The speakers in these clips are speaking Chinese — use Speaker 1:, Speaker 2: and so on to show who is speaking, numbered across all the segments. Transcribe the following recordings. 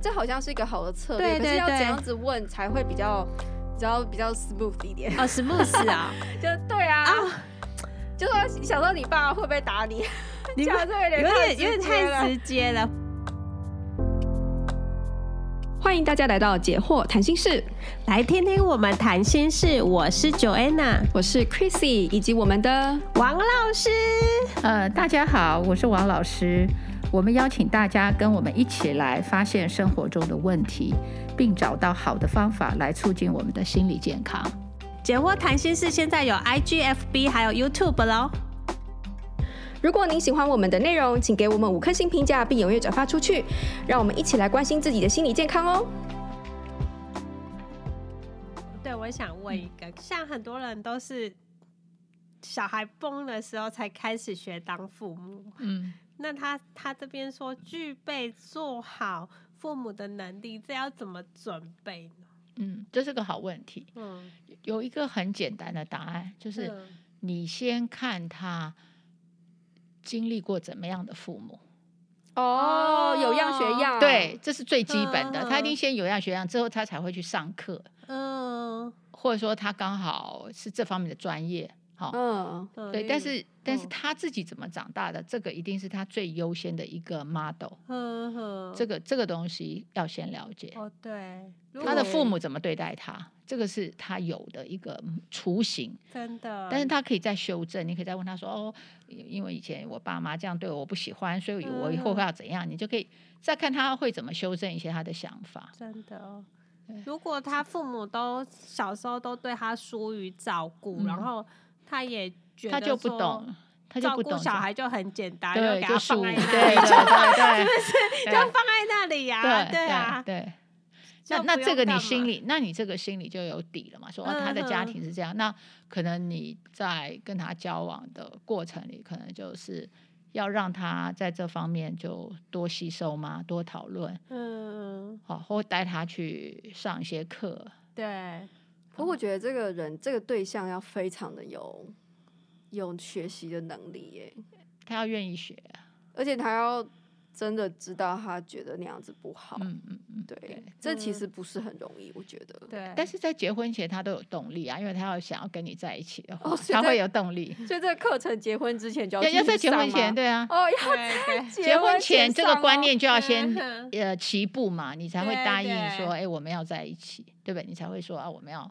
Speaker 1: 这好像是一个好的策略，
Speaker 2: 对对
Speaker 1: 可是要
Speaker 2: 对
Speaker 1: 怎样子问才会比较，比较比较 smooth 一点？
Speaker 2: 哦，smooth 啊，
Speaker 1: 就对啊，
Speaker 2: 啊
Speaker 1: 就说想到你爸会不会打你？
Speaker 2: 你
Speaker 1: 讲
Speaker 2: 们
Speaker 1: 得这有点太
Speaker 2: 有点有点
Speaker 1: 直接了
Speaker 2: 太直接了。
Speaker 1: 欢迎大家来到解惑谈心室，
Speaker 2: 来听听我们谈心事，我是 Joanna
Speaker 1: 我是 Chrissy，以及我们的
Speaker 2: 王老师。
Speaker 3: 呃，大家好，我是王老师。我们邀请大家跟我们一起来发现生活中的问题，并找到好的方法来促进我们的心理健康。
Speaker 2: 解惑谈心事现在有 IGFB 还有 YouTube 喽。
Speaker 1: 如果您喜欢我们的内容，请给我们五颗星评价，并踊跃转发出去，让我们一起来关心自己的心理健康哦。
Speaker 2: 对，我想问一个，像很多人都是小孩崩的时候才开始学当父母，
Speaker 4: 嗯，
Speaker 2: 那他他这边说具备做好父母的能力，这要怎么准备呢？
Speaker 4: 嗯，这是个好问题。
Speaker 2: 嗯，
Speaker 4: 有一个很简单的答案，就是
Speaker 2: 嗯
Speaker 4: 你先看他经历过怎么样的父母，
Speaker 1: 哦，有样学样，
Speaker 4: 对，，这是最基本的。
Speaker 2: 啊嗯
Speaker 4: 他一定先有样学样，之后他才会去上课，
Speaker 2: 嗯
Speaker 4: 或者说他刚好是这方面的专业。好、
Speaker 1: 嗯，
Speaker 2: 嗯
Speaker 4: 对，但是但是
Speaker 2: 嗯
Speaker 4: 他自己怎么长大的，这个一定是他最优先的一个 model。
Speaker 2: 嗯哼
Speaker 4: 这个这个东西要先了解，
Speaker 2: 哦对，如
Speaker 4: 他的
Speaker 2: 果
Speaker 4: 父母怎么对待他，这个是他有的一个雏形。
Speaker 2: 真的，
Speaker 4: 但是他可以再修正，你可以再问他说：“哦，因因为以前我爸妈这样对我，我不喜欢，所以我以后
Speaker 2: 嗯
Speaker 4: 会要怎样？”你就可以再看他会怎么修正一些他的想法。
Speaker 2: 真的哦
Speaker 4: 对。
Speaker 2: 如果他父母都小时候都对他疏于照顾，
Speaker 4: 嗯
Speaker 2: 然后他也觉
Speaker 4: 他
Speaker 2: 得
Speaker 4: 就不
Speaker 2: 说
Speaker 4: 懂，他就
Speaker 2: 照
Speaker 4: 不
Speaker 2: 顾
Speaker 4: 懂
Speaker 2: 小孩就很简单，
Speaker 4: 这样，
Speaker 2: 给
Speaker 4: 对，
Speaker 2: 他
Speaker 4: 就输，
Speaker 2: 放在
Speaker 4: 对
Speaker 2: 那里，
Speaker 4: 对 对
Speaker 2: 就
Speaker 4: 对，
Speaker 2: 放在那里呀、
Speaker 4: 对
Speaker 2: 对啊，
Speaker 4: 对对。
Speaker 2: 就
Speaker 4: 那那
Speaker 2: 不
Speaker 4: 这个
Speaker 2: 用
Speaker 4: 你
Speaker 2: 干
Speaker 4: 心
Speaker 2: 嘛
Speaker 4: 里，那你这个心里就有底了嘛？说、哦、他的
Speaker 2: 嗯
Speaker 4: 家
Speaker 2: 嗯
Speaker 4: 庭是这样，那可能你在跟他交往的过程里，可能就是要让他在这方面就多吸收嘛，多讨论，
Speaker 2: 嗯，
Speaker 4: 好，或带他去上一些课，
Speaker 2: 对，
Speaker 1: 不过我觉得这个人这个对象要非常的有有学习的能力耶，
Speaker 4: 他要愿意学。啊
Speaker 1: 而且他要真的知道他觉得那样子不好，
Speaker 4: 嗯嗯嗯，
Speaker 1: 对，
Speaker 4: 对。
Speaker 1: 这其
Speaker 2: 嗯
Speaker 1: 实不是很容易，我觉得。
Speaker 2: 对，
Speaker 4: 但是在结婚前，他都有动力啊，因为他要想要跟你在一起的话，
Speaker 1: 哦所以
Speaker 4: 他
Speaker 1: 在
Speaker 4: 会有动力。
Speaker 1: 所以这个课程结婚之前就
Speaker 4: 要
Speaker 1: 要
Speaker 4: 要在
Speaker 1: 继续
Speaker 4: 结
Speaker 1: 上
Speaker 4: 婚前，
Speaker 1: 吗
Speaker 4: 对啊，
Speaker 1: 哦，要
Speaker 2: 对对
Speaker 1: 结
Speaker 4: 结婚前
Speaker 1: 前
Speaker 4: 这个
Speaker 1: 上
Speaker 4: 观
Speaker 1: 哦
Speaker 4: 念就要先
Speaker 2: 嗯哼
Speaker 4: 呃起步嘛，你才会
Speaker 2: 对
Speaker 4: 答应
Speaker 2: 对
Speaker 4: 说，哎，我们要在一起，对不对？你才会说啊，我们要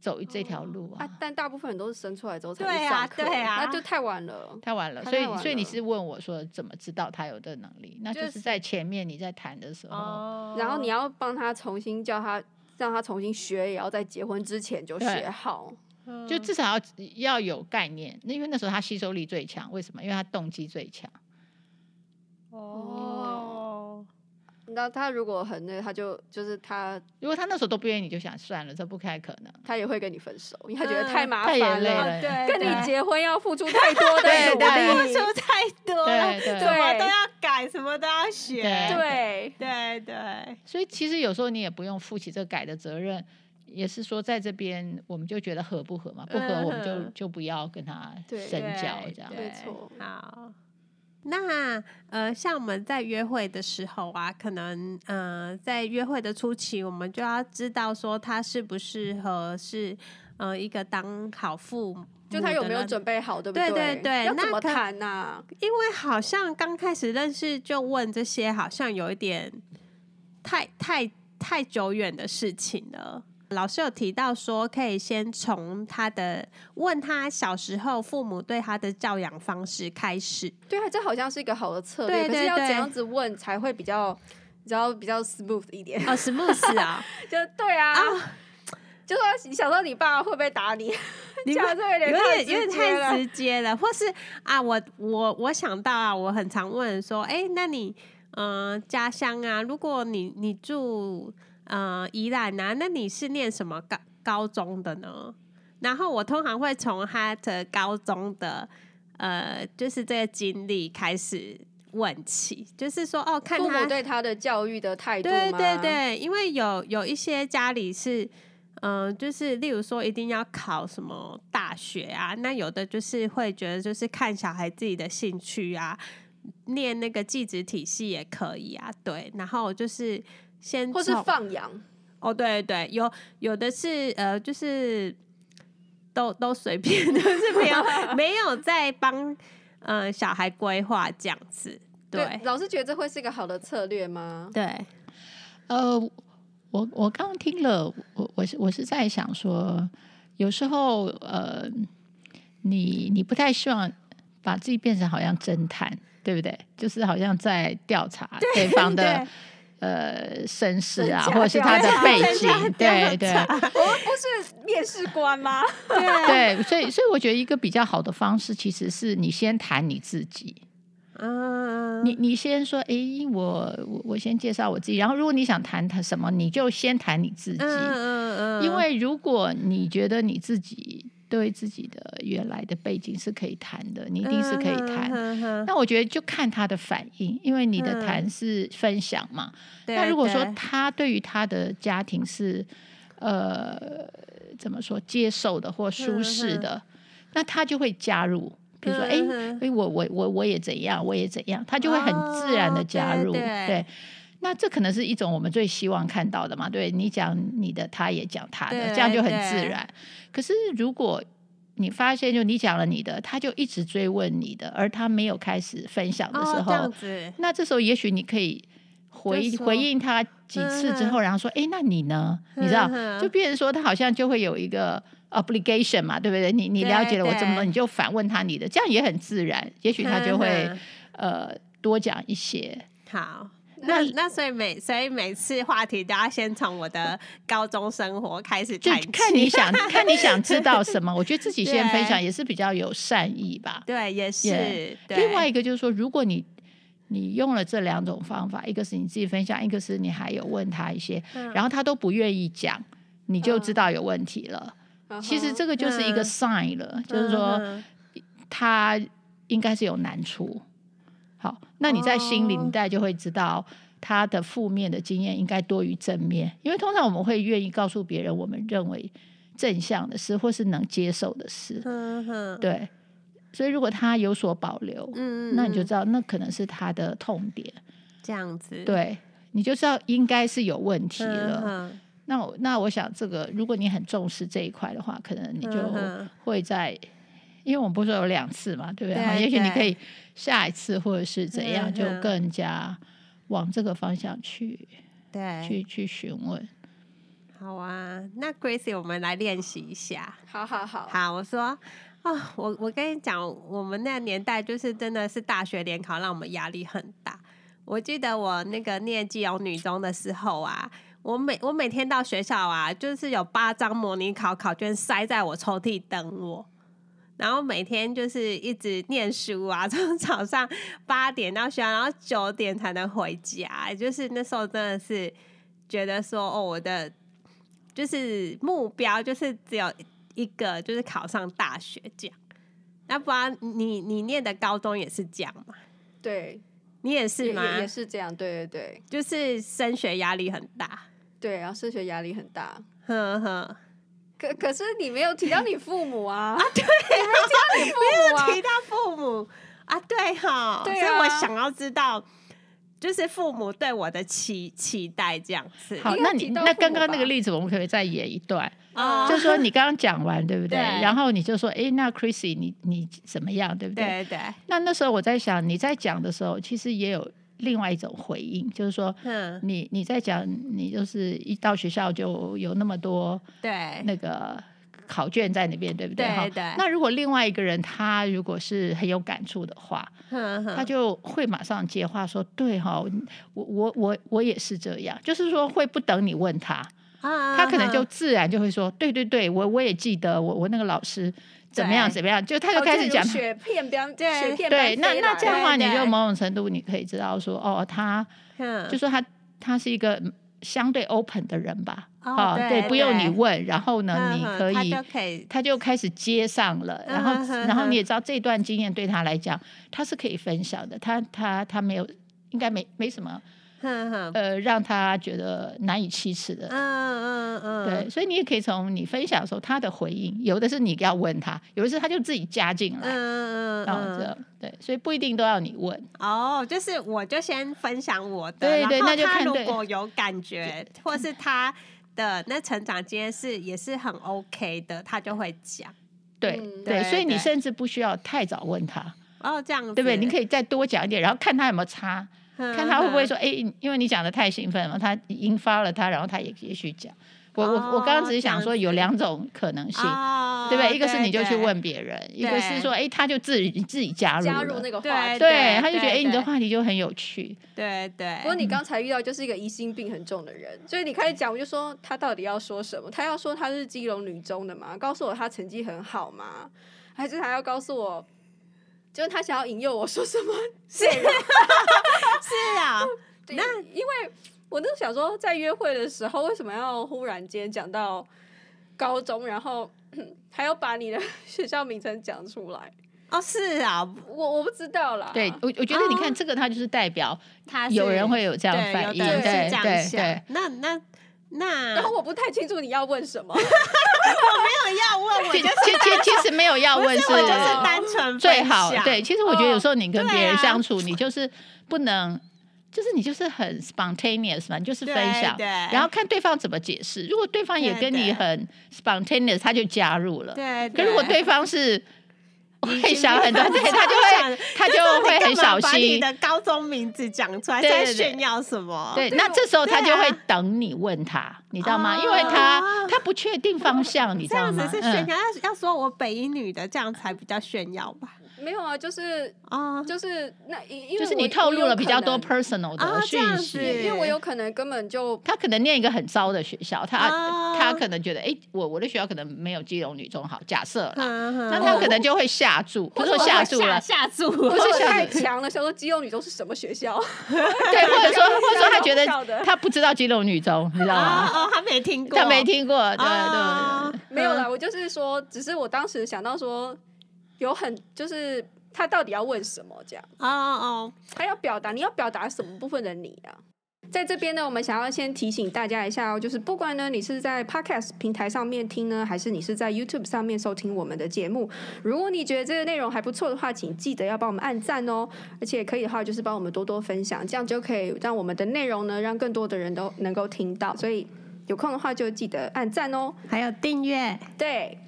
Speaker 4: 走这条路
Speaker 1: 啊，但大部分人都是生出来之后才
Speaker 2: 对
Speaker 1: 去
Speaker 2: 啊
Speaker 1: 上课，
Speaker 2: 对啊
Speaker 1: 那就太晚了。
Speaker 4: 太晚了，
Speaker 1: 太
Speaker 4: 所以
Speaker 1: 晚
Speaker 4: 所以你
Speaker 1: 了
Speaker 4: 是问我说怎么知道他有这能力？那
Speaker 2: 就
Speaker 4: 就是是在前面你在谈的时候，
Speaker 2: 哦，
Speaker 1: 然后你要帮他重新叫他，让他重新学，也要在结婚之前就
Speaker 4: 对
Speaker 1: 学好。
Speaker 2: 嗯
Speaker 4: 就至少要要有概念，那因为那时候他吸收力最强，为什么？因为他动机最强。
Speaker 2: 哦，
Speaker 1: 那他如果很那个，他就就是他，
Speaker 4: 如果他那时候都不愿意，你就想算了，这不太可能。
Speaker 1: 他也会跟你分手，因为他觉得
Speaker 2: 嗯
Speaker 1: 太麻烦
Speaker 4: 太眼累
Speaker 1: 了，
Speaker 4: 了，
Speaker 2: 对
Speaker 1: 跟你
Speaker 2: 对
Speaker 1: 结婚要付出太 多的
Speaker 4: 对
Speaker 1: 努
Speaker 4: 对
Speaker 1: 力
Speaker 2: 付。出太多了，
Speaker 4: 对对
Speaker 2: 什么都要改，什么都要学，
Speaker 4: 对
Speaker 1: 对，
Speaker 2: 对对，
Speaker 4: 所以其实有时候你也不用负起这个改的责任，也是说在这边我们就觉得合不合嘛，不合我们
Speaker 2: 嗯
Speaker 4: 就
Speaker 2: 哼
Speaker 4: 就不要跟他
Speaker 1: 对
Speaker 4: 深交
Speaker 2: 对
Speaker 4: 这样。
Speaker 2: 对
Speaker 1: 没错
Speaker 2: 好，那呃，像我们在约会的时候啊，可能呃，在约会的初期，我们就要知道说他适不适合是呃一个当好父母，
Speaker 1: 就他有没有准
Speaker 2: 备？
Speaker 1: 备好，对不
Speaker 2: 对
Speaker 1: 对
Speaker 2: 对对
Speaker 1: 要怎
Speaker 2: 那
Speaker 1: 么
Speaker 2: 可
Speaker 1: 谈啊呐？
Speaker 2: 因为好像刚开始认识就问这些，好像有一点太太太久远的事情了。老师有提到说，可以先从他的问他小时候父母对他的教养方式开始。
Speaker 1: 对啊，这好像是一个好的策略，
Speaker 2: 对
Speaker 1: 可是
Speaker 2: 对
Speaker 1: 要怎
Speaker 2: 对
Speaker 1: 样子问才会比较，比较比较 smooth 一 点？
Speaker 2: 哦，smooth 啊，
Speaker 1: 就对啊，
Speaker 2: 啊
Speaker 1: 就说你小时候你爸会不会打你？
Speaker 2: 你
Speaker 1: 讲
Speaker 2: 们
Speaker 1: 得这有点
Speaker 2: 有
Speaker 1: 太
Speaker 2: 点有点
Speaker 1: 直接了
Speaker 2: 太直接了，或是啊，我我我想到啊，我很常问人说，哎、那你嗯、呃家乡啊，如果你你住呃宜兰啊，那你是念什么高高中的呢？然后我通常会从他的高中的呃，就是这个经历开始问起，就是说哦，看
Speaker 1: 父
Speaker 2: 他
Speaker 1: 母对他的教育的态度
Speaker 2: 对
Speaker 1: 吗？
Speaker 2: 对对，因为有有一些家里是，嗯、就是例如说一定要考什么大学啊，那有的就是会觉得就是看小孩自己的兴趣啊，念那个技职体系也可以啊，对。然后就是先
Speaker 1: 或是
Speaker 2: 从
Speaker 1: 放羊，
Speaker 2: 哦，对对，有有的是呃，就是都都随便，就是没有没有在帮呃小孩规划这样子，对
Speaker 1: 老师觉得这会是一个好的策略吗？
Speaker 2: 对，
Speaker 4: 呃，我我刚听了，我我是我是在想说，有时候呃，你你不太希望把自己变成好像侦探，对不对？就是好像在调查对方的
Speaker 2: 对
Speaker 4: 呃身世
Speaker 1: 真
Speaker 4: 啊，
Speaker 1: 假
Speaker 4: 或者是他的
Speaker 2: 调查
Speaker 4: 背
Speaker 2: 真
Speaker 4: 景
Speaker 2: 假，
Speaker 4: 对对
Speaker 2: 调
Speaker 1: 我们哦不是面试官吗？
Speaker 4: 对，所以所以我觉得一个比较好的方式，其实是你先谈你自己，
Speaker 2: 嗯，
Speaker 4: 你你先说，诶，我我我先介绍我自己，然后如果你想谈谈什么，你就先谈你自己。
Speaker 2: 嗯
Speaker 4: 因为如果你觉得你自己对自己的原来的背景是可以谈的，你一
Speaker 2: 一
Speaker 4: 定是可以谈。
Speaker 2: 嗯
Speaker 4: 那我觉得就看他的反应，因为你的谈是分享嘛。那如果说
Speaker 2: 嗯
Speaker 4: 他对于他的家庭是呃怎么说接受的或舒适的，那他就会加入。比如说，哎、
Speaker 2: 嗯哼
Speaker 4: 哎，我我我我也怎样，我也怎样，他就会很自然的加
Speaker 2: 哦
Speaker 4: 入，
Speaker 2: 对对
Speaker 4: 那这可能是一种我们最希望看到的嘛？对你讲你的，他也讲他的，
Speaker 2: 对
Speaker 4: 这样就很自
Speaker 2: 对
Speaker 4: 然。可是如果你发现，就你讲了你的，他就一直追问你的，而他没有开始分享的时
Speaker 2: 哦这
Speaker 4: 候，
Speaker 2: 样子，
Speaker 4: 那这时候也许你可以回
Speaker 2: 就说
Speaker 4: 回应他几次之后，然后说：“哎，那你呢？”你知道
Speaker 2: 嗯，哼
Speaker 4: 就变成说他好像就会有一个 obligation 嘛，对不对？你你
Speaker 2: 对
Speaker 4: 了解了我这么多，
Speaker 2: 对
Speaker 4: 你就反问他你的，这样也很自然，也许他就会
Speaker 2: 嗯
Speaker 4: 呃多讲一些。
Speaker 2: 好。那那所以每所以每次话题都要先从我的高中生活开始
Speaker 4: 就
Speaker 2: 谈起，
Speaker 4: 看你想看你想知道什么，我觉得自己先
Speaker 2: 对
Speaker 4: 分享也是比较有善意吧。
Speaker 2: 对也是
Speaker 4: Yeah
Speaker 2: 对
Speaker 4: 另外一个就是说，如果你你用了这两种方法，一个是你自己分享，一个是你还有问他一些，
Speaker 2: 嗯
Speaker 4: 然后他都不愿意讲，你就
Speaker 1: 嗯
Speaker 4: 知道有问题了。其实这个就是一
Speaker 2: 嗯
Speaker 4: 个 sign 了，就是
Speaker 2: 嗯
Speaker 4: 说
Speaker 2: 哼
Speaker 4: 他应该是有难处。好，那你在心里，
Speaker 2: 哦
Speaker 4: 你大概就会知道他的负面的经验应该多于正面，因为通常我们会愿意告诉别人我们认为正向的事，或是能接受的事。
Speaker 2: 嗯哼，
Speaker 4: 对，所以如果他有所保留，
Speaker 2: 嗯，嗯
Speaker 4: 那你就
Speaker 2: 嗯
Speaker 4: 知道那可能是他的痛点，
Speaker 2: 这样子，
Speaker 4: 对，你就知道应该是有问题
Speaker 2: 嗯
Speaker 4: 了。
Speaker 2: 哼
Speaker 4: 那我那我想，这个如果你很重视这一块的话，可能你就
Speaker 2: 嗯哼
Speaker 4: 会在，因为我们不是有两次嘛，对不对？
Speaker 2: 对啊
Speaker 4: 好也许你
Speaker 2: 对
Speaker 4: 可以下一次或者是怎样，
Speaker 2: 嗯
Speaker 4: 就
Speaker 2: 哼
Speaker 4: 更加往这个方向去
Speaker 2: 对，
Speaker 4: 去去询问。
Speaker 2: 好啊。那 Gracie，我们来练习一下。
Speaker 1: 好好好，
Speaker 2: 好，我说。啊、我我跟你讲，我们那个年代就是真的是大学联考让我们压力很大。我记得我那个念基隆女中的时候啊，我每我每天到学校啊，就是有八张模拟考考卷塞在我抽屉等我，然后每天就是一直念书啊， 从早上八点到学校，然后九点才能回家。就是那时候真的是觉得说，哦，我的就是目标就是只有一个，就是考上大学这样。那不然你你念的高中也是这样嘛？
Speaker 1: 对，
Speaker 2: 你也是
Speaker 1: 也
Speaker 2: 吗？
Speaker 1: 也也是这样，对对对
Speaker 2: 就是升学压力很大，
Speaker 1: 对，然后升学压力很大。
Speaker 2: 呵呵。
Speaker 1: 可可是你没有提到你父母 啊，对，你没有提到你父母
Speaker 2: 提
Speaker 1: 啊，
Speaker 2: 到父母啊，对哈，
Speaker 1: 对啊
Speaker 2: 所以我想要知道，就是父母对我的期期待这样子。
Speaker 4: 好，
Speaker 1: 应该
Speaker 4: 那你
Speaker 1: 提到
Speaker 4: 那
Speaker 1: 父
Speaker 4: 刚
Speaker 1: 母
Speaker 4: 刚那
Speaker 1: 吧
Speaker 4: 个例子，我们可不可以再演一段？
Speaker 2: 啊
Speaker 4: 就说你刚刚讲完，对不对？
Speaker 2: 对
Speaker 4: 然后你就说，诶，那 Chrissy，你你怎么样，对不
Speaker 2: 对对，
Speaker 4: 那那时候我在想，你在讲的时候，其实也有另外一种回应，就是说，
Speaker 2: 嗯，
Speaker 4: 你你在讲，你就是一到学校就有那么多
Speaker 2: 对，
Speaker 4: 那个考卷在那边，对不对？
Speaker 2: 对
Speaker 4: 哈
Speaker 2: 对
Speaker 4: 那如果另外一个人他如果是很有感触的话，
Speaker 2: 哼
Speaker 4: 他
Speaker 2: 哼，
Speaker 4: 就会马上接话说，对哈、我我我我也是这样，就是说会不等你问他，他
Speaker 2: 他
Speaker 4: 可能就自然就会说，对对对，我我也记得我我那个老师怎么样
Speaker 2: 对哦
Speaker 4: 怎么样，就他就开始讲
Speaker 1: 好像有雪片般，
Speaker 2: 对
Speaker 1: 雪片般
Speaker 4: 对，那
Speaker 1: 飞
Speaker 4: 那
Speaker 1: 来
Speaker 4: 这样的话，你
Speaker 2: 对嗯
Speaker 4: 就某种程度你可以知道说，哦，他就说他他是一个相对 open 的人吧，
Speaker 2: 哦
Speaker 4: 啊
Speaker 2: 对
Speaker 4: 对，不用
Speaker 2: 对
Speaker 4: 你问，然后呢，
Speaker 2: 嗯
Speaker 4: 你
Speaker 2: 哼
Speaker 4: 可
Speaker 2: 他
Speaker 4: 以
Speaker 2: 就。可以，
Speaker 4: 他就开始接上了，然
Speaker 2: 嗯哼
Speaker 4: 后，
Speaker 2: 哼
Speaker 4: 然后
Speaker 2: 哼
Speaker 4: 你也知道这段经验对他来讲，他是可以分享的，他他他没有，应该没没什么
Speaker 2: 哼哼，
Speaker 4: 呃，让他觉得难以启齿的。
Speaker 2: 嗯嗯嗯，
Speaker 4: 对，，所以你也可以从你分享的时候他的回应，有的是你要问他，有的是他就自己加进来，
Speaker 2: 嗯嗯
Speaker 4: 然后
Speaker 2: 嗯
Speaker 4: 这样对，所以不一定都要你问。
Speaker 2: 哦，就是我就先分享我的，
Speaker 4: 对对
Speaker 2: 然后
Speaker 4: 那就
Speaker 2: 他
Speaker 4: 看
Speaker 2: 如
Speaker 4: 对
Speaker 2: 果有感觉，或是他的那成长经验是也是很 OK 的，他就会讲。
Speaker 4: 对、
Speaker 1: 嗯
Speaker 4: 对，
Speaker 2: 对
Speaker 4: 所以你
Speaker 2: 对
Speaker 4: 甚至不需要太早问他，
Speaker 2: 哦，这样子嗯
Speaker 4: 对不对？你可以再多讲一点，然后看他有没有差，看他会不会说，哎、因为你讲的太兴奋了，他引发了他，然后他也也许讲。我我我刚刚只是想
Speaker 2: 哦
Speaker 4: 说
Speaker 2: 这样子
Speaker 4: 有两种可能性，
Speaker 2: 哦
Speaker 4: 对不对？一个是你就去，问别人，一个
Speaker 2: 对
Speaker 4: 是说，哎，他就自己自己加入
Speaker 1: 加入
Speaker 4: 了
Speaker 1: 那个
Speaker 2: 对
Speaker 1: 话题。
Speaker 4: 对，他就
Speaker 2: 对
Speaker 4: 觉得，哎，你
Speaker 2: 对
Speaker 4: 的话题就很有趣，
Speaker 2: 对对哦
Speaker 1: 不过你刚才遇到就是一个疑心病很重的人，所以你开始讲，我就说他到底要说什么？他要说他是基隆女中的吗？告诉我他成绩很好吗？还是他要告诉我，就是他想要引诱我说什么？是
Speaker 2: 是 啊，
Speaker 1: 那因为我就想说，在约会的时候，为什么要忽然间讲到高中，然后还要把你的学校名称讲出来？
Speaker 2: 哦是啊，
Speaker 1: 我我不知道啦。
Speaker 4: 对我我觉得你看这个，他就是代表
Speaker 2: 他哦是
Speaker 4: 有人会有这样
Speaker 2: 对，有
Speaker 4: 反应，
Speaker 2: 的
Speaker 4: 对
Speaker 2: 人是这样
Speaker 4: 对
Speaker 2: 想
Speaker 4: 对。，
Speaker 2: 那那 那
Speaker 1: 然后我不太清楚你要问什么。
Speaker 2: 没有要问，我
Speaker 4: 其
Speaker 2: 就
Speaker 4: 其
Speaker 2: 是
Speaker 4: 其其实没有要问
Speaker 2: 我就是
Speaker 1: 单
Speaker 2: 单纯
Speaker 4: 最
Speaker 2: 分
Speaker 4: 好
Speaker 2: 享
Speaker 4: 对。其实我觉得有时候你跟
Speaker 2: 哦
Speaker 4: 别人
Speaker 2: 对啊
Speaker 4: 相处，你就是不能，就是你就是很 spontaneous 嘛，你就是分享
Speaker 2: 对对，
Speaker 4: 然后看对方怎么解释。如果对方也
Speaker 2: 对
Speaker 4: 跟你
Speaker 2: 对
Speaker 4: 很 spontaneous，他就加入了。
Speaker 2: 对，
Speaker 4: 可如果对方是会想很多，对他就会他 就
Speaker 2: 说你
Speaker 4: 会
Speaker 2: 干
Speaker 4: 很
Speaker 2: 嘛
Speaker 4: 小
Speaker 2: 把你
Speaker 4: 心。
Speaker 2: 的高中名字讲出来，
Speaker 4: 对
Speaker 2: 在
Speaker 4: 对
Speaker 2: 炫耀什么？
Speaker 4: 对，
Speaker 2: 对
Speaker 4: 那这时候他
Speaker 2: 对
Speaker 4: 就会
Speaker 2: 啊
Speaker 4: 等你问他，你知道吗？
Speaker 2: 哦
Speaker 4: 因为他他不确定方向，你知
Speaker 2: 这
Speaker 4: 道
Speaker 2: 样子
Speaker 4: 吗？
Speaker 2: 是炫
Speaker 4: 嗯
Speaker 2: 耀，要要说我北一女的，这样才比较炫耀吧？
Speaker 1: 没有啊，就是
Speaker 2: 啊，
Speaker 1: 就是那因因为
Speaker 4: 就是
Speaker 1: 我
Speaker 4: 你透露了比较多
Speaker 1: 我有可
Speaker 4: personal
Speaker 2: 啊
Speaker 4: 的
Speaker 2: 这
Speaker 4: 讯
Speaker 2: 样
Speaker 4: 息，
Speaker 2: 子
Speaker 1: 能因因为我有可能根本就
Speaker 4: 他可能念一个很糟的学校，他、
Speaker 2: 啊
Speaker 4: 他可能觉得，哎、我我的学校可能没有基隆女中好，假设啦，
Speaker 2: 那
Speaker 4: 那他可能就会下注，不是说下注 了，
Speaker 2: 下注
Speaker 4: 不是
Speaker 1: 我
Speaker 4: 下
Speaker 1: 太
Speaker 4: 注，
Speaker 1: 强了，想说肌肉女中是什么学 校？
Speaker 4: 对，或者说或者说他觉
Speaker 1: 笑的
Speaker 4: 得他不知道基隆女中，你知道吗？
Speaker 2: 哦，他没听过，
Speaker 4: 他没听过，对对
Speaker 2: 啊
Speaker 4: 对对，
Speaker 1: 没有啦，我就是说，只是我当时想到说，有很就是他到底要问什么这样。
Speaker 2: 哦哦，
Speaker 1: 他要表达，你要表达什么部分的你啊？在这边呢，我们想要先提醒大家一下哦，就是不管呢你是在 Podcast 平台上面听呢，还是你是在 YouTube 上面收听我们的节目，如果你觉得这个内容还不错的话，请记得要帮我们按赞哦，而且可以的话就是帮我们多多分享，这样就可以让我们的内容呢让更多的人都能够听到。所以有空的话就记得按赞哦。
Speaker 2: 还有订阅，
Speaker 1: 对，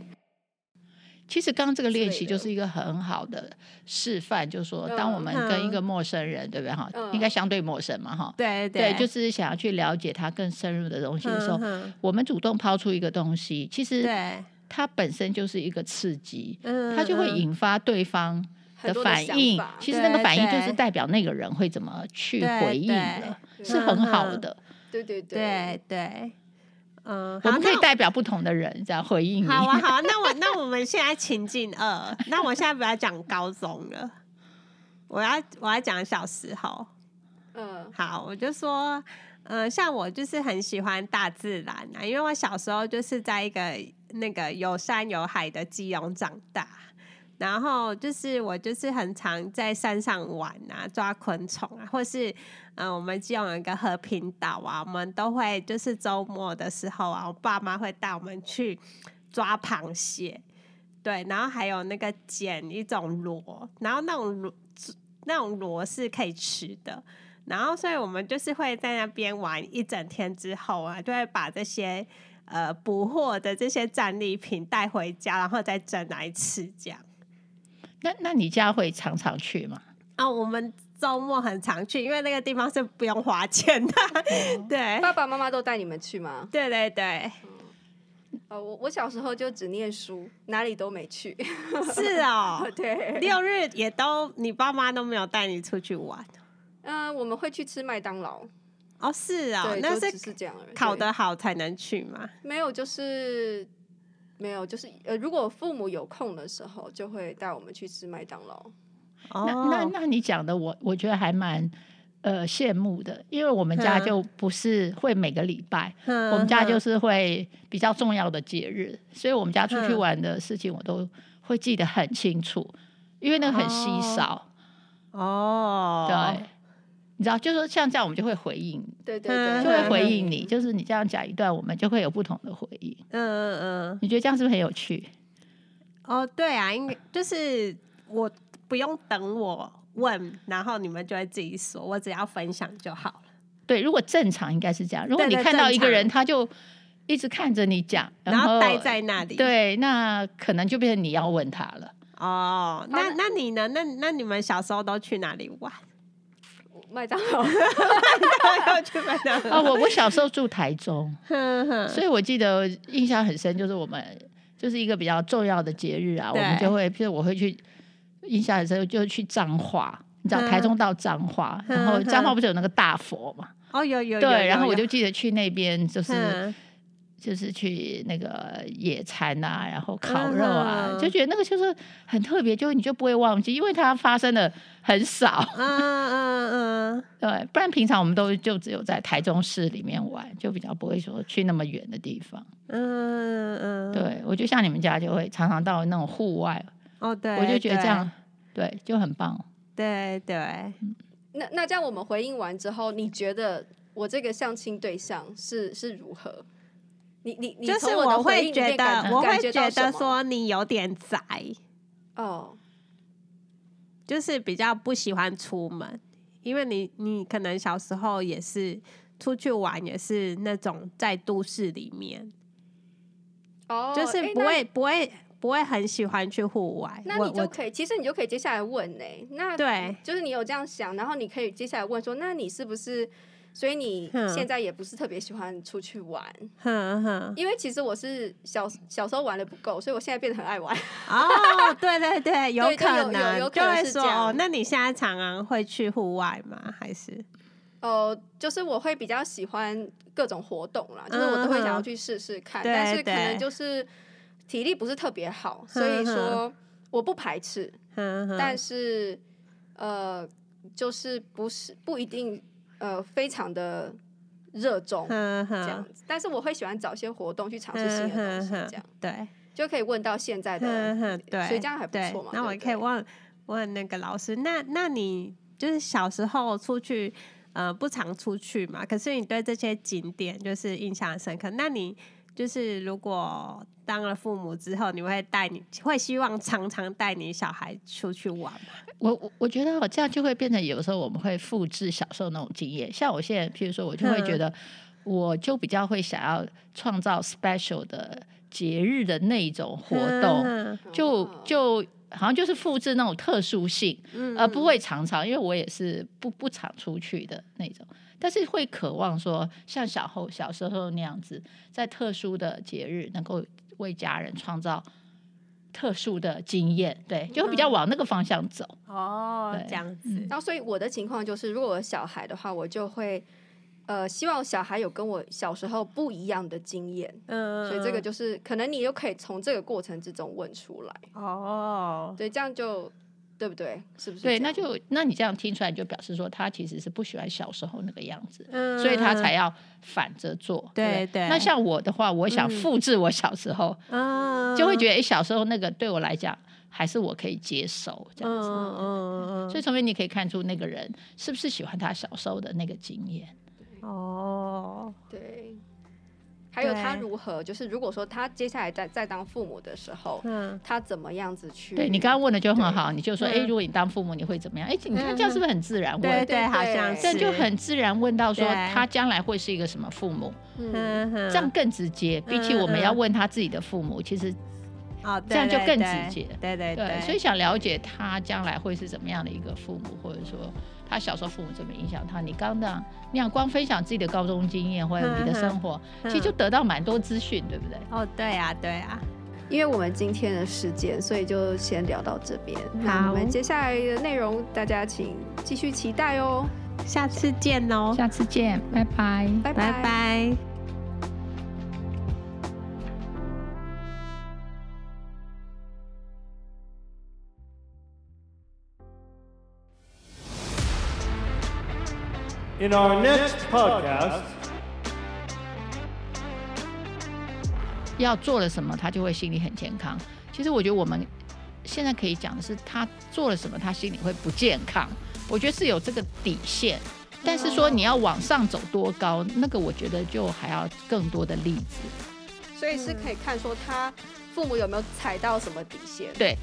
Speaker 4: 其实刚刚这个练习
Speaker 1: 之类的
Speaker 4: 就是一个很好的示范，就是说，
Speaker 1: 嗯
Speaker 4: 当我们跟一个陌生人，对不对哈？
Speaker 1: 嗯
Speaker 4: 应该相对陌生嘛哈。
Speaker 2: 对
Speaker 4: 对，就是是想要去了解他更深入的东西的时候，
Speaker 2: 嗯
Speaker 4: 我们主动抛出一个东西，其实
Speaker 2: 对，
Speaker 4: 它本身就是一个刺激，
Speaker 2: 嗯，
Speaker 4: 它就会
Speaker 2: 嗯，
Speaker 4: 引发对方
Speaker 1: 很
Speaker 4: 的
Speaker 1: 多
Speaker 4: 反
Speaker 1: 想
Speaker 4: 应。
Speaker 1: 法
Speaker 4: 其实那个
Speaker 2: 对
Speaker 4: 反应就
Speaker 2: 对
Speaker 4: 是代表那个人会怎么去
Speaker 2: 对
Speaker 4: 回应的，
Speaker 1: 对
Speaker 4: 是很好
Speaker 2: 嗯
Speaker 4: 的。
Speaker 1: 对对对，
Speaker 2: 对对，嗯，
Speaker 4: 我
Speaker 2: 好
Speaker 4: 们可以
Speaker 2: 那
Speaker 4: 代表不同的人这样回应你。
Speaker 2: 好啊，好啊，那我那我们现在情境二，那我现在不要讲高中了，我要我要讲小时候。
Speaker 1: 嗯
Speaker 2: 好，我就说，嗯、像我就是很喜欢大自然啊，因为我小时候就是在一个那个有山有海的基隆长大，然后就是我就是很常在山上玩啊，抓昆虫啊，或是嗯、呃我们基隆有一个和平岛啊，我们都会就是周末的时候啊，我爸妈会带我们去抓螃蟹。对，然后还有那个捡一种螺，然后那种螺那种螺是可以吃的，然后，所以我们就是会在那边玩一整天之后啊，就会把这些呃捕获的这些战利品带回家，然后再蒸来吃这样。
Speaker 4: 那那你家会常常去吗？
Speaker 2: 啊，我们周末很常去，因为那个地方是不用花钱的。
Speaker 4: 哦
Speaker 2: 对，
Speaker 1: 爸爸妈妈都带你们去吗？
Speaker 2: 对对对，
Speaker 1: 呃，我我小时候就只念书，哪里都没去。。
Speaker 2: 是哦
Speaker 1: 对，
Speaker 2: 六日也都，你爸妈都没有带你出去玩
Speaker 1: 嗯、我们会去吃麦当劳，
Speaker 2: 哦？是哦
Speaker 1: 对，，
Speaker 2: 那
Speaker 1: 就只
Speaker 2: 是
Speaker 1: 是这样而已。
Speaker 2: 考
Speaker 1: 对
Speaker 2: 得好才能去嘛？
Speaker 1: 没有，就是没有，就是呃，如果父母有空的时候，就会带我们去吃麦当劳。
Speaker 2: 哦，
Speaker 4: 那那那你讲的我我觉得还蛮呃羡慕的，因为我们家
Speaker 2: 嗯
Speaker 4: 就不是会每个礼拜，
Speaker 2: 那
Speaker 4: 我们家就是会比较重要的节日，所以我们家出去
Speaker 2: 嗯
Speaker 4: 玩的事情我都会记得很清楚，因为那个很稀
Speaker 2: 哦
Speaker 4: 少。
Speaker 2: 哦，
Speaker 4: 对，你知道，就是说像这样，我们就会回应，
Speaker 1: 对对对，
Speaker 2: 嗯
Speaker 4: 就会回
Speaker 1: 应。
Speaker 4: 应你。就是你这样讲一段，我们就会有不同的回应。
Speaker 2: 嗯嗯
Speaker 4: 你觉得这样是不是很有趣？
Speaker 2: 嗯，哦，对啊，应该就是我不用等我问，然后你们就会自己说，我只要分享就好了。
Speaker 4: 对，如果正常应该是这样。如果
Speaker 2: 对
Speaker 4: 你
Speaker 2: 对
Speaker 4: 看到
Speaker 2: 正
Speaker 4: 一个人，
Speaker 2: 常
Speaker 4: 他就一直看着你讲，
Speaker 2: 然后
Speaker 4: 后
Speaker 2: 待在那里。，
Speaker 4: 对，那可能就变成你要问他了。
Speaker 2: 哦，
Speaker 1: 好
Speaker 2: 那
Speaker 1: 的
Speaker 2: 那你呢？那那你们小时候都去哪里玩？ 嗯
Speaker 1: 麦当劳，
Speaker 2: 要去麦当
Speaker 4: 啊，
Speaker 2: 劳。
Speaker 4: 我我小时候住台 中，
Speaker 2: 哼哼
Speaker 4: 所以我记得印象很深，就是我们就是一个比较重要的节日啊，我
Speaker 2: 对
Speaker 4: 们就会，譬如我会去，印象很深就是去彰化，你知道
Speaker 2: 嗯
Speaker 4: 台中到彰化，然后
Speaker 2: 嗯嗯
Speaker 4: 彰化不是有那个大佛嘛？
Speaker 2: 哦，有有有有
Speaker 4: 对，然后我
Speaker 2: 有
Speaker 4: 就记得去那边就是
Speaker 2: 嗯
Speaker 4: 就是去那个野餐啊，然后烤肉啊
Speaker 2: 嗯，哼
Speaker 4: 就觉得那个就是很特别，就你就不会忘记，因为它发生的很少。
Speaker 2: 嗯嗯嗯
Speaker 4: 对，不然平常我们都就只有在台中市里面玩，就比较不会说去那么远的地方。
Speaker 2: 嗯嗯，，
Speaker 4: 对，我就像你们家就会常常到那种户外，
Speaker 2: 哦对，
Speaker 4: 我就觉得
Speaker 2: 对
Speaker 4: 这样，对，就很棒。
Speaker 2: 对对，
Speaker 1: 那那这样我们回应完之后，你觉得我这个相亲对象是是如何？你你你
Speaker 2: 就是
Speaker 1: 从我的回
Speaker 2: 会
Speaker 1: 应里
Speaker 2: 觉
Speaker 1: 面
Speaker 2: 得
Speaker 1: 感，
Speaker 2: 我会
Speaker 1: 感觉到
Speaker 2: 觉
Speaker 1: 什
Speaker 2: 得
Speaker 1: 么
Speaker 2: 说你有点宅，
Speaker 1: 哦，
Speaker 2: 就是比较不喜欢出门，因为你你可能小时候也是出去玩，也是那种在都市里面，
Speaker 1: 哦，
Speaker 2: 就是
Speaker 1: 诶
Speaker 2: 不
Speaker 1: 那
Speaker 2: 会不会不会很喜欢去户外。
Speaker 1: 那
Speaker 2: 我
Speaker 1: 你就
Speaker 2: 我
Speaker 1: 可以，其实你就可以接下来问呢、那
Speaker 2: 对
Speaker 1: 就是你有这样想，然后你可以接下来问说，那你是不是？所以你
Speaker 2: 嗯
Speaker 1: 现在也不是特别喜欢出去玩，
Speaker 2: 哼哼
Speaker 1: 因为其实我是小小时候玩的不够，所以我现在变得很爱玩。
Speaker 2: 哦，对对对，有
Speaker 1: 对就有
Speaker 2: 可
Speaker 1: 有
Speaker 2: 能
Speaker 1: 有可
Speaker 2: 就
Speaker 1: 能
Speaker 2: 会
Speaker 1: 是
Speaker 2: 说
Speaker 1: 这样
Speaker 2: 哦，那你现在常常会去户外吗？还是
Speaker 1: 哦、就是我会比较喜欢各种活动啦，就是我都会想要去试试看，
Speaker 2: 嗯哼
Speaker 1: 但是可
Speaker 2: 嗯对
Speaker 1: 能
Speaker 2: 对
Speaker 1: 就是体力不是特别好，所以说我不排斥，
Speaker 2: 哼哼
Speaker 1: 但是呃，就是不是不一定呃非常的热衷。
Speaker 2: 哼
Speaker 4: 嗯
Speaker 1: 这
Speaker 2: 哼
Speaker 1: 样子，但是我会喜欢找一些活动去尝试新的东西，这样
Speaker 2: 对，
Speaker 1: 就可以问到现在
Speaker 2: 哼
Speaker 4: 嗯
Speaker 1: 的。
Speaker 2: 哼对，
Speaker 1: 所以这样还不
Speaker 2: 对
Speaker 1: 错嘛
Speaker 2: 那
Speaker 1: 对
Speaker 2: 我
Speaker 1: 不
Speaker 2: 可以
Speaker 1: 对
Speaker 2: 问问那个老师，那那你就是小时候出去，呃，不常出去嘛？可是你对这些景点就是印象深刻，那你就是如果当了父母之后，你会带你会希望常常带你小孩出去玩吗？
Speaker 4: 我我我觉得哦，这样就会变成有时候我们会复制小时候那种经验。像我现在，譬如说，我就会
Speaker 2: 嗯
Speaker 4: 觉得，我就比较会想要创造 special 的节日的那一种活动。
Speaker 2: 嗯
Speaker 4: 就
Speaker 1: 哦
Speaker 4: 就好像就是复制那种特殊性，
Speaker 2: 嗯
Speaker 4: 而不会常常，因为我也是不不常出去的那种，但是会渴望说像小后小时候那样子，在特殊的节日能够为家人创造特殊的经验，对，
Speaker 2: 嗯
Speaker 4: 就会比较往那个方向走。
Speaker 2: 哦，
Speaker 4: 对
Speaker 2: 这样子，
Speaker 4: 嗯
Speaker 1: 然后，所以我的情况就是，如果我有小孩的话，我就会呃希望小孩有跟我小时候不一样的经验，
Speaker 2: 嗯，
Speaker 1: 所以这个就是可能你又可以从这个过程之中问出来，
Speaker 2: 哦，
Speaker 1: 对，这样就对不对？是不是这
Speaker 4: 对，
Speaker 1: 样？
Speaker 4: 那就那你这样听出来，你就表示说他其实是不喜欢小时候那个样子。
Speaker 2: 嗯
Speaker 4: 所以他才要反着做，
Speaker 2: 对
Speaker 4: 不对。
Speaker 2: 对
Speaker 4: 那像我的话，我想
Speaker 2: 嗯
Speaker 4: 复制我小时候，
Speaker 2: 嗯
Speaker 4: 就会觉得、诶小时候那个对我来讲还是我可以接受这样
Speaker 2: 嗯
Speaker 4: 子。
Speaker 2: 嗯嗯嗯，
Speaker 4: 所以从面你可以看出那个人是不是喜欢他小时候的那个经验。
Speaker 2: 哦，
Speaker 1: 对。还有他
Speaker 2: 对
Speaker 1: 如何，就是如果说他接下来在在当父母的时候，
Speaker 2: 嗯。
Speaker 1: 他怎么样子去？
Speaker 4: 对你刚刚问的就很好，你就说，
Speaker 2: 嗯
Speaker 4: 诶，如果你当父母你会怎么样？诶，你看这样是不是很自然
Speaker 2: 对
Speaker 4: 问？
Speaker 1: 对
Speaker 2: 对，好
Speaker 1: 对
Speaker 2: 像
Speaker 1: 这
Speaker 2: 是
Speaker 4: 这样就很自然问到说
Speaker 2: 对
Speaker 4: 他将来会是一个什么父母，
Speaker 1: 嗯，
Speaker 2: 嗯哼
Speaker 4: 这样更直接。比起我们要问他自己的父母，其实
Speaker 2: 哦，
Speaker 4: 这样
Speaker 2: 对
Speaker 4: 就
Speaker 2: 对
Speaker 4: 更
Speaker 2: 对
Speaker 4: 直接
Speaker 2: 对对
Speaker 4: 对
Speaker 2: 对，，
Speaker 4: 所以想了解他将来会是怎么样的一个父母，或者说他小时候父母怎么影响他。你刚刚那样光分享自己的高中经验或者你的生活，
Speaker 2: 嗯
Speaker 4: 其实就得到蛮多资讯，对不对？
Speaker 2: 哦，对啊，对啊，
Speaker 1: 因为我们今天的时间，所以就先聊到这边。那
Speaker 2: 好
Speaker 1: 我们接下来的内容，大家请继续期待哦。
Speaker 2: 下次见喽，
Speaker 4: 下次见，拜拜。
Speaker 1: 拜
Speaker 2: 拜拜。
Speaker 5: In our next podcast,
Speaker 4: 要做了什么，他就会心里很健康。其实我觉得我们现在可以讲的是，他做了什么，他心里会不健康。我觉得是有这个底线，但是说你要往上走多高，那个我觉得就还要更多的例子。
Speaker 1: 所以是可以看说他父母有没有踩到什么底线。
Speaker 4: 对，